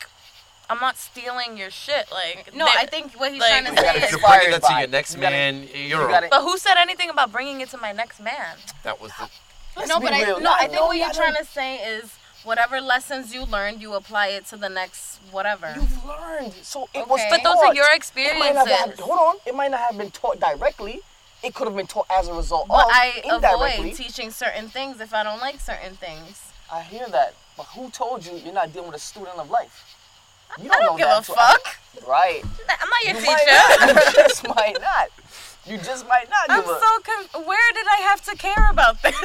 I'm not stealing your shit. Like
No,
they-
I think what he's
like-
trying to
You gotta
say is
You're bringing
Inspired
that to
by
your
it.
next
You gotta-
man. You're
You got it.
But who said anything about bringing it to my next man?
that was the
Let's
no,
be
but I
real.
no, I think
know
what you're
y'all
trying
don't-
to say is Whatever lessons you learned, you apply it to the next whatever.
You've learned. So it was taught.
Okay. But
But those are your
It might not have,
experiences.
hold on. It might not have been taught directly. It could have been taught as a result
But
of
I
indirectly.
avoid teaching certain things if I don't like certain things.
I hear that. But who told you you're not dealing with a student of life? You
I don't
know
give
that
a
till-
fuck.
Right.
I'm not your
You might
teacher.
not. You just might not. You just might not
I'm
give a-
so con- where did I have to care about this?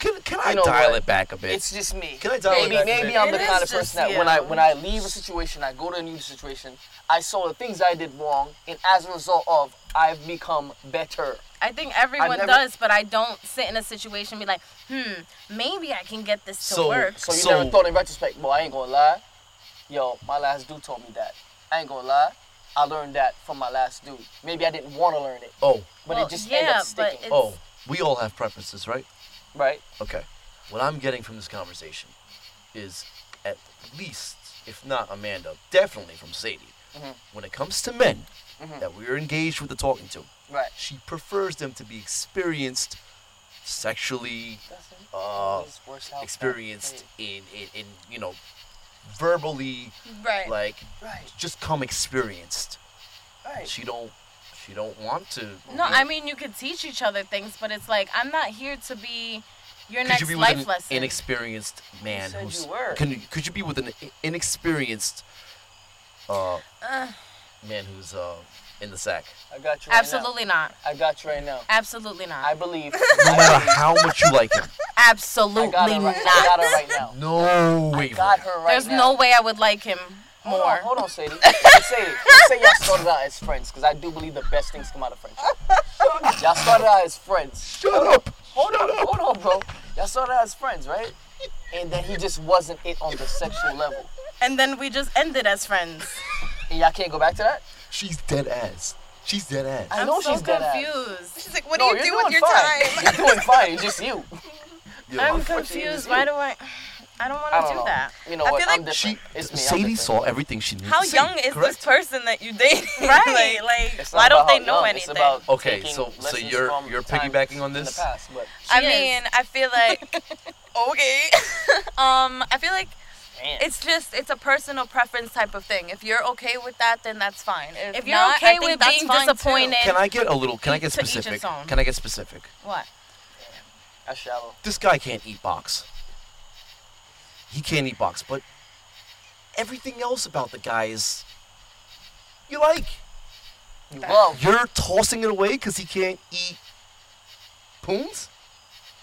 Can, can I
You know
dial
what?
it back a bit?
It's just me.
Can I dial it
maybe,
back a
Maybe
bit?
I'm the
It is
kind of
just
person that
you.
when I when I leave a situation, I go to a new situation. I saw the things I did wrong, and as a result of, I've become better.
I think everyone
never-
does, but I don't sit in a situation and be like, hmm, maybe I can get this to
So-
work.
So you
So-
never thought in retrospect, well, I ain't gonna lie. Yo, my last dude told me that. I ain't gonna lie. I learned that from my last dude. Maybe I didn't want to learn it,
oh,
but
Well,
it just
yeah,
ended up
but
sticking.
it's-
oh, we all have preferences, right?
right?
Okay. What I'm getting from this conversation is at least, if not Amanda, definitely from Sadie. When it comes to men that we're engaged with the talking to,
Right.
she prefers them to be experienced sexually,
That's it.
uh,
It's worse out
experienced in, in, in you know, verbally,
Right.
like
there. Right.
just come experienced.
Right.
She don't, she don't want to.
No, I mean you could teach each other things, but it's like I'm not here to be your
Could
next
you be with
life
an
lesson.
inexperienced man?
said
who's,
you were.
Can you, could you be with an i- inexperienced uh, man who's uh, in the sack?
I got you. Right
Absolutely not.
Now. I got you right now.
Absolutely not.
I believe.
No matter how much you like him.
Absolutely
I got her right, I
not.
got her right now.
No way.
Got her right
There's
now.
no way I would like him
Hold
more.
on, hold on, Sadie. Hey, Sadie, let's say y'all started out as friends, because I do believe the best things come out of friendship. Y'all started out as friends.
Shut up.
Hold on, hold on, bro. Y'all started out as friends, right? And then he just wasn't it on the sexual level.
And then we just ended as friends.
And y'all can't go back to that?
She's dead ass. She's dead ass.
I
I'm
know
so
she's dead ass.
confused.
She's like, what
No,
do
you're
you do
doing
with your
fine.
time?
You're doing fine. It's just you.
Yo,
I'm confused. Why do I? I don't want
I
to
don't
do
Oh.
know.
that.
You know
I
what?
feel
I'm
like
she,
different. it's me. I'm
Sadie
different.
saw everything she needed
How
to see,
young is
correct?
this person that you dating?
Right.
like,
It's not
why don't
about
they
how
know
young,
anything?
It's about
Okay,
taking
so- so
lessons
you're-
from
you're
times
piggybacking on
In the
this?
past, but
I
She is.
mean, I feel like okay. um, I feel like
man,
it's just it's a personal preference type of thing. If you're okay with that, then that's fine. If,
If you're
not, I
okay
think
with
that's
being
fine, too.
disappointed,
Can I get a little? Can I get
Each- to each its
specific?
own.
Can I get specific?
What?
that's shallow.
this guy can't eat box. He can't eat box, but everything else about the guy is you like.
You love.
You're tossing it away because he can't eat poons.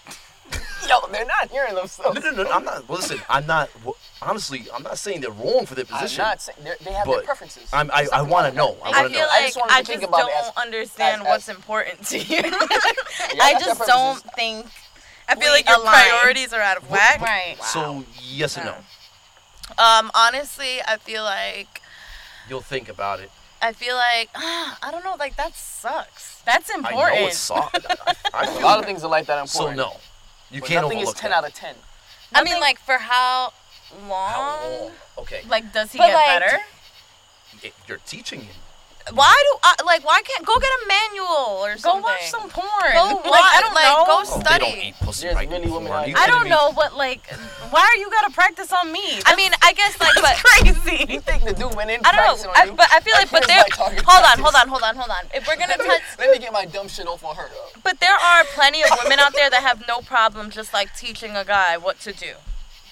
Yo, they're not hearing
No,
themselves.
no, no, no, I'm not. Listen, I'm not. honestly, I'm not saying they're wrong for their
I'm
position.
not saying they're- they have
but
their preferences.
I'm- I- I wanna know. I
I,
wanna
feel
know.
like
I
I
just
just,
wanted to think about it
don't
as-
understand
as-
what's
as-
important to you.
I just don't think.
I feel
We
like your
align.
priorities are out of whack.
Right.
So yes or no?
Um, honestly, I feel like
You'll think about it.
I feel like I don't know. Like that sucks.
That's
I know
important.
it's soft. I, I
A
feel
lot of things are like that
So
important.
no, you
But
can't
nothing
overlook
is 10
that.
out of 10.
I mean, like for how long?
How long? Oh, Okay,
Like, does he
But,
get
like,
better?
it- you're teaching him.
Why do I like? Why can't go get a manual or
Go
something?
watch some porn.
Go
like,
watch-
I don't
like,
know.
go
Oh, they
Study.
don't eat pussy,
There's
right?
really
Before.
women
Are
out
you
there-
I
kidding
don't
me?
know what like. Why are you gotta practice on me?
I mean, I guess like, but
crazy.
You think the dude went in
I don't
practicing
know.
on
I,
you?
but I feel
I
like, but
hear
there.
my target
Hold on,
practice.
hold on, hold on, hold on. If we're gonna
Let me,
touch,
let me get my dumb shit off on her.
but there are plenty of women out there that have no problem just like teaching a guy what to do.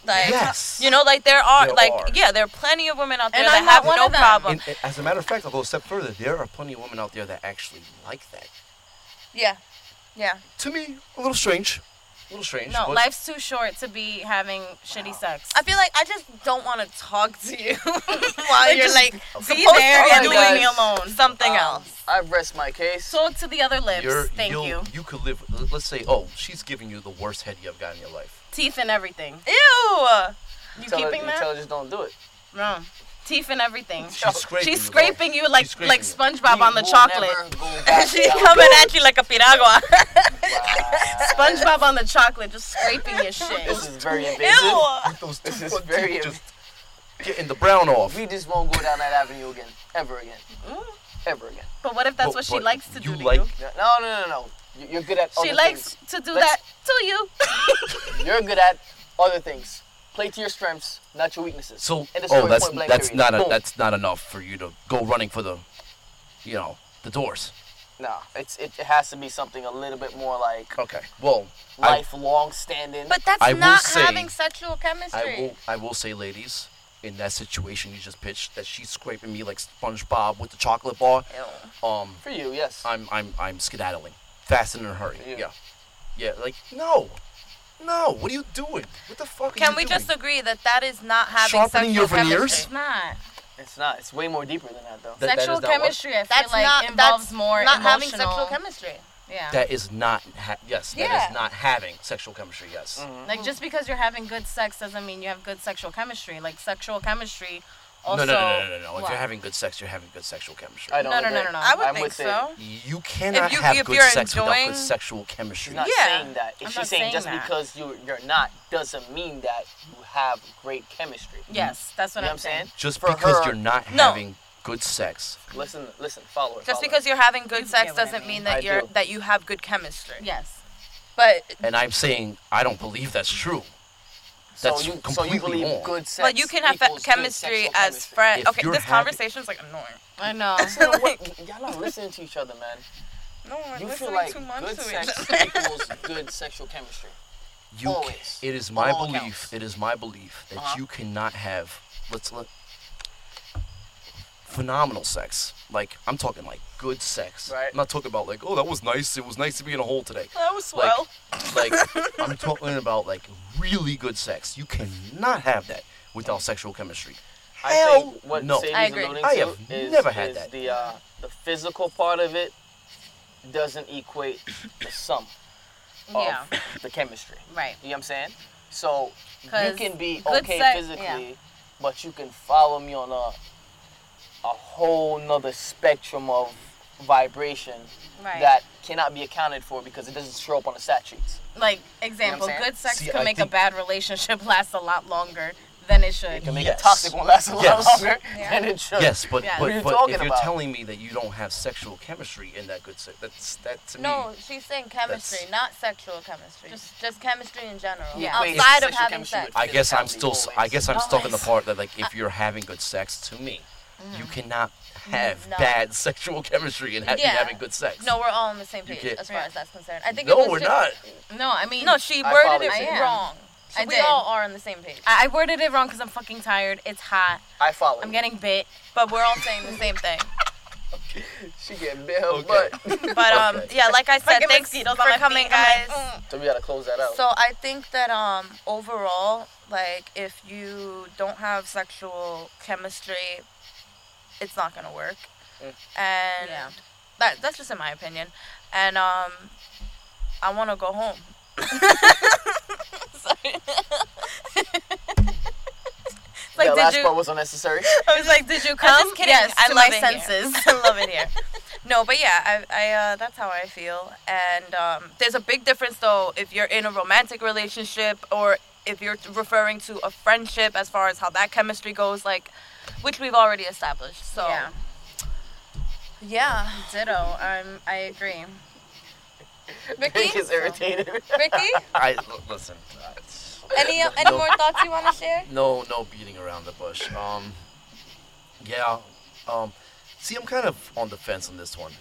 Like,
Yes.
you know, like there are,
There
like,
are.
yeah, there are plenty of women out there
And
that
I'm not
have
one
no
of them.
problem.
And, and as a matter of fact, I'll go a step further. There are plenty of women out there that actually like that.
yeah, yeah.
To me, a little strange. A little strange.
No,
but
life's too short to be having shitty sex.
I feel like I just don't want to talk to you while
Like,
you're
just
like
Be
supposed
there
to
and
be
leave
guys.
me alone.
something
Um,
else.
I've rest my case.
Talk to the other lips.
you're,
Thank
you'll-
you.
You could live. l- Let's say, oh, she's giving you the worst head you ever got in your life.
Teeth and everything.
Ew.
You
tell her,
keeping
you
that?
tell her just don't do it.
No. Teeth and everything.
She's scraping.
She's
you, though.
scraping you like
She's scraping
like
you.
SpongeBob
We
on the
will
chocolate.
never go back
She's
down.
coming at you like a piragua.
Wow.
SpongeBob on the chocolate, just scraping your shit.
This is very invasive.
Ew.
Those two
This is
front
very
teeth just getting the brown off.
We just won't go down that avenue again, ever again,
Hmm?
ever again.
But what if that's
But-
what she
but
likes to do
you
to
like,
you?
No, no, no, no, no. You- You're good at.
She
other
likes
things.
to do
Let's-
that to you.
You're good at other things. Play to your strengths, not your weaknesses.
So,
End of
oh,
story,
that's
point blank,
that's
period.
not a,
Boom.
that's not enough for you to go running for the, you know, the doors.
No, it's it, it has to be something a little bit more like
Okay. Well, Oh, I,
lifelong standing.
But that's
I will
not
say-
having sexual chemistry.
I will I will say, ladies, in that situation you just pitched, that she's scraping me like SpongeBob with the chocolate bar. Um,
for you, yes.
I'm I'm I'm skedaddling, fast and in a hurry.
Yeah.
Yeah. yeah, like no, no. What are you doing? What the fuck? are
Can
you
we
doing?
just agree that that is not having
Sharpening
sexual
your veneers?
chemistry?
It's not.
it's not. It's way more deeper than that, though.
That- that is
sexual
not what-
chemistry, I feel
That's
like
not
involves
that's
more
not having
emotional-
sexual chemistry.
Yeah.
That is not ha- yes.
Yeah.
That is not having sexual chemistry. Yes.
Mm. Mm-hmm.
Like just because you're having good sex doesn't mean you have good sexual chemistry. Like sexual chemistry
No,
also.
no, no, no, no, no, no. If
What?
you're having good sex, you're having good sexual chemistry.
I don't
No, no, no,
agree.
no, no.
I would
Um, I'm
think
with Dave.
so.
you cannot
If you-
have
if
good
you're
sex without
enjoying-
good sexual
She's
chemistry.
not
Yeah.
saying that. If
I'm
she's
not
saying
saying
just
that.
because you you're not doesn't mean that you have great chemistry.
Yes, that's
You
what
know
I'm saying.
Just
For
because
her-
you're not
No.
having good sex.
Listen, listen, follow her.
Just
follow
because
her.
you're having good
You
sex
get what I
doesn't
mean.
I
mean that you're
do.
that you have good chemistry.
Yes.
But
And I'm saying I don't believe that's true.
so
That's
you,
completely
so you believe
wrong.
good sex.
but you can have fe-
equals good
chemistry
sexual
as
chemistry.
friends.
If
Okay,
you're
this
having-
conversation's like annoying.
I know.
You know what? Y'all not listening to each other, man.
No, I'm
You feel
listening
like
too much
good
to it.
sex equals good sexual chemistry.
You ca-
Always.
it is my
On all
belief.
counts.
It is my belief that
Uh-huh.
you cannot have. Let's let. Phenomenal sex. Like I'm talking like good sex.
Right.
I'm not talking about like oh that was nice. It was nice to be in a hole today.
That was
Like-
swell.
Like I'm talking about like really good sex. You cannot have that without sexual chemistry.
I
Hell
think what
no.
Sadie's
I agree.
alluding
I
to
have
is,
never had
is
that.
the uh, the physical part of it doesn't equate the sum of
Yeah.
the chemistry.
Right.
You know what I'm saying? So you
'Cause
can be
good
okay
sex-
physically, but you can follow me on a a whole nother spectrum of vibration
Right.
that cannot be accounted for because it doesn't show up on the statutes.
like example,
saying?
good sex
See,
can
I
make
think-
a bad relationship last a lot longer than it should.
It can make
Yes.
a toxic one last a lot
Yes.
longer
Yeah.
than it should.
Yes, but
Yeah.
but,
What are you
but
talking
if you're
about?
telling me that you don't have sexual chemistry in that good sex, that's that to
No,
me.
she's saying chemistry, not sexual chemistry. Just just chemistry in general.
Yeah.
Outside of
Sexual
having
chemistry
sex.
with-
I guess I'm
physicality,
still s- I
always.
guess I'm stuck in the
Always. Mm.
part that like if you're having good sex to me, you cannot have
No.
bad sexual chemistry and ha- be
Yeah.
having good sex.
No, we're all on the same
You
page
get-
as far as that's concerned. I think it
no,
was
we're
just-
not.
No, I mean
No, she
I
worded
follow
it
you.
I am.
wrong.
So I we did. all are on the same page.
I, I worded it wrong because I'm fucking tired. It's hot.
I follow.
I'm
you.
getting bit, but we're all saying the same thing.
She getting bit her
Okay.
butt.
But um,
Okay.
yeah, like I said,
Fucking
thanks
mosquitoes
for
on my
coming,
feet. I'm
guys.
like,
So we gotta close that out.
mm. So I think that um overall, like if you don't have sexual chemistry, it's not gonna work.
Mm.
And
Yeah.
that that's just in my opinion. And um I wanna go home. Sorry. It's
that
like
last
did you
part was unnecessary.
I was like, did you come?
I'm just kidding.
Yes,
I
to
love
my
it
senses. I love it here. No, but yeah, I, I uh, that's how I feel. And um, there's a big difference though if you're in a romantic relationship or if you're referring to a friendship as far as how that chemistry goes, like, which we've already established. So
Yeah.
yeah.
Ditto. I'm. I agree.
Rick
Ricky,
is irritated.
Oh.
Ricky,
I l- listen. uh,
any uh, any more thoughts you want to share?
No, no beating around the bush. Um, yeah. Um, see, I'm kind of on the fence on this one,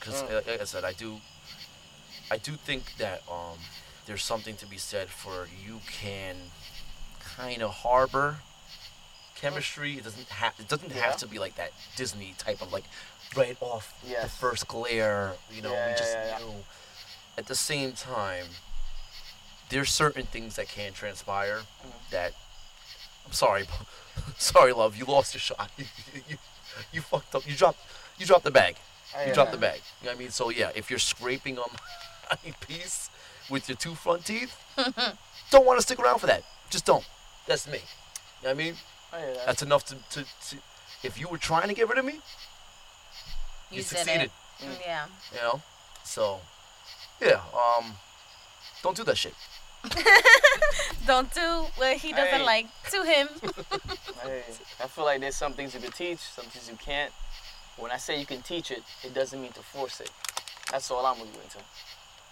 because
Mm.
like, like I said, I do, I do think that um, there's something to be said for you can kind of harbor chemistry. It doesn't have it doesn't
Yeah.
have to be like that Disney type of like right off the
Yes.
first glare. You know,
Yeah,
we
yeah,
just
yeah, yeah.
knew. At the same time, there's certain things that can transpire that I'm sorry, bro. sorry, love. You lost your shot. You, you, you, you fucked up. You dropped. You dropped the bag. You dropped the bag. You know what I mean? So yeah, if you're scraping on my piece with your two front teeth, don't want to stick around for that. Just don't. That's me. You know what I mean?
Oh,
I hear that.
That's enough to, to, to if you were trying to get rid of me, you,
You did it.
succeeded.
Yeah.
You know? So yeah, um don't do that shit.
Don't do what he doesn't
Hey.
like to him. Oh,
Hey, I feel like there's some things you can teach, some things you can't. When I say you can teach it, it doesn't mean to force it. That's all I'm agreeing to. You know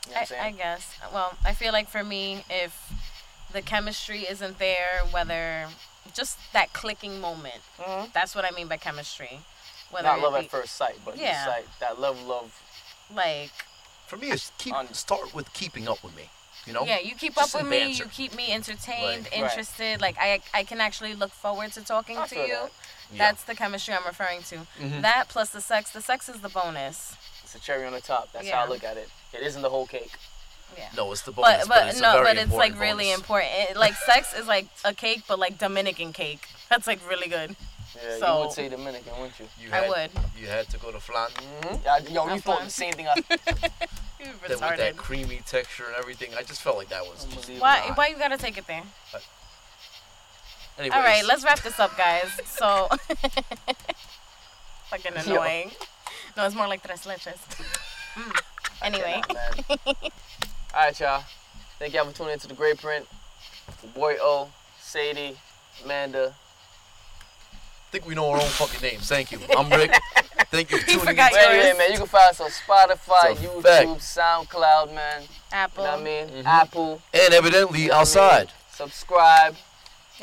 what I'm
I, I
saying?
guess. Well, I feel like for me, if the chemistry isn't there, whether just that clicking moment.
Mhm.
That's what I mean by chemistry. Whether
Not
it
love
be-
at first sight, but
Yeah.
just like that love, love.
like
For me, it's keep
On-
start with keeping up with me. You know.
yeah, you keep
oh, Just
up
some
with me,
banter.
you keep me entertained,
Right.
Right.
interested. Like I I can actually look forward to talking
I
to
feel
you.
that.
Yeah. Mm-hmm.
That's the chemistry I'm referring to. That plus the sex. The sex is the bonus.
It's a cherry on the top. That's
Yeah.
how I look at it. It isn't the whole cake.
no, it's the
But
bonus,
but,
but, it's a
no,
very
but it's like
important
really
bonus.
important. It- like sex is like a cake, but like Dominican cake. That's like really good.
Yeah, you
So-
would say Dominican, wouldn't you?
You
I
had,
would.
You had to go to flan.
Mm-hmm. Yeah, yo, you
I'm
thought
fine.
the same thing. I
You
Then with
retarded.
that creamy texture and everything, I just felt like that was just.
Unbelievable.
Why why you gotta take it there?
Anyways,
All right, let's wrap this up, guys. So fucking annoying. No, it's more like tres leches. Mm. Anyway,
All right, y'all. Thank y'all for tuning into the Great Print. Your boy O, Sadie, Amanda.
think we know our own fucking names. Thank you. I'm Rick. Thank you for tuning in.
forgot
But anyway,
yours.
man, you can find us on Spotify,
It's a
YouTube,
fact. Mm-hmm.
SoundCloud, man. You
Apple.
know what I mean? Apple.
And evidently outside.
Subscribe,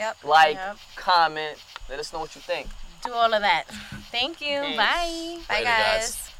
Yep.
like,
Yep.
comment. Let us know what you think.
Do all of that. Thank you.
Peace.
Bye.
Bye,
Later, guys.
guys.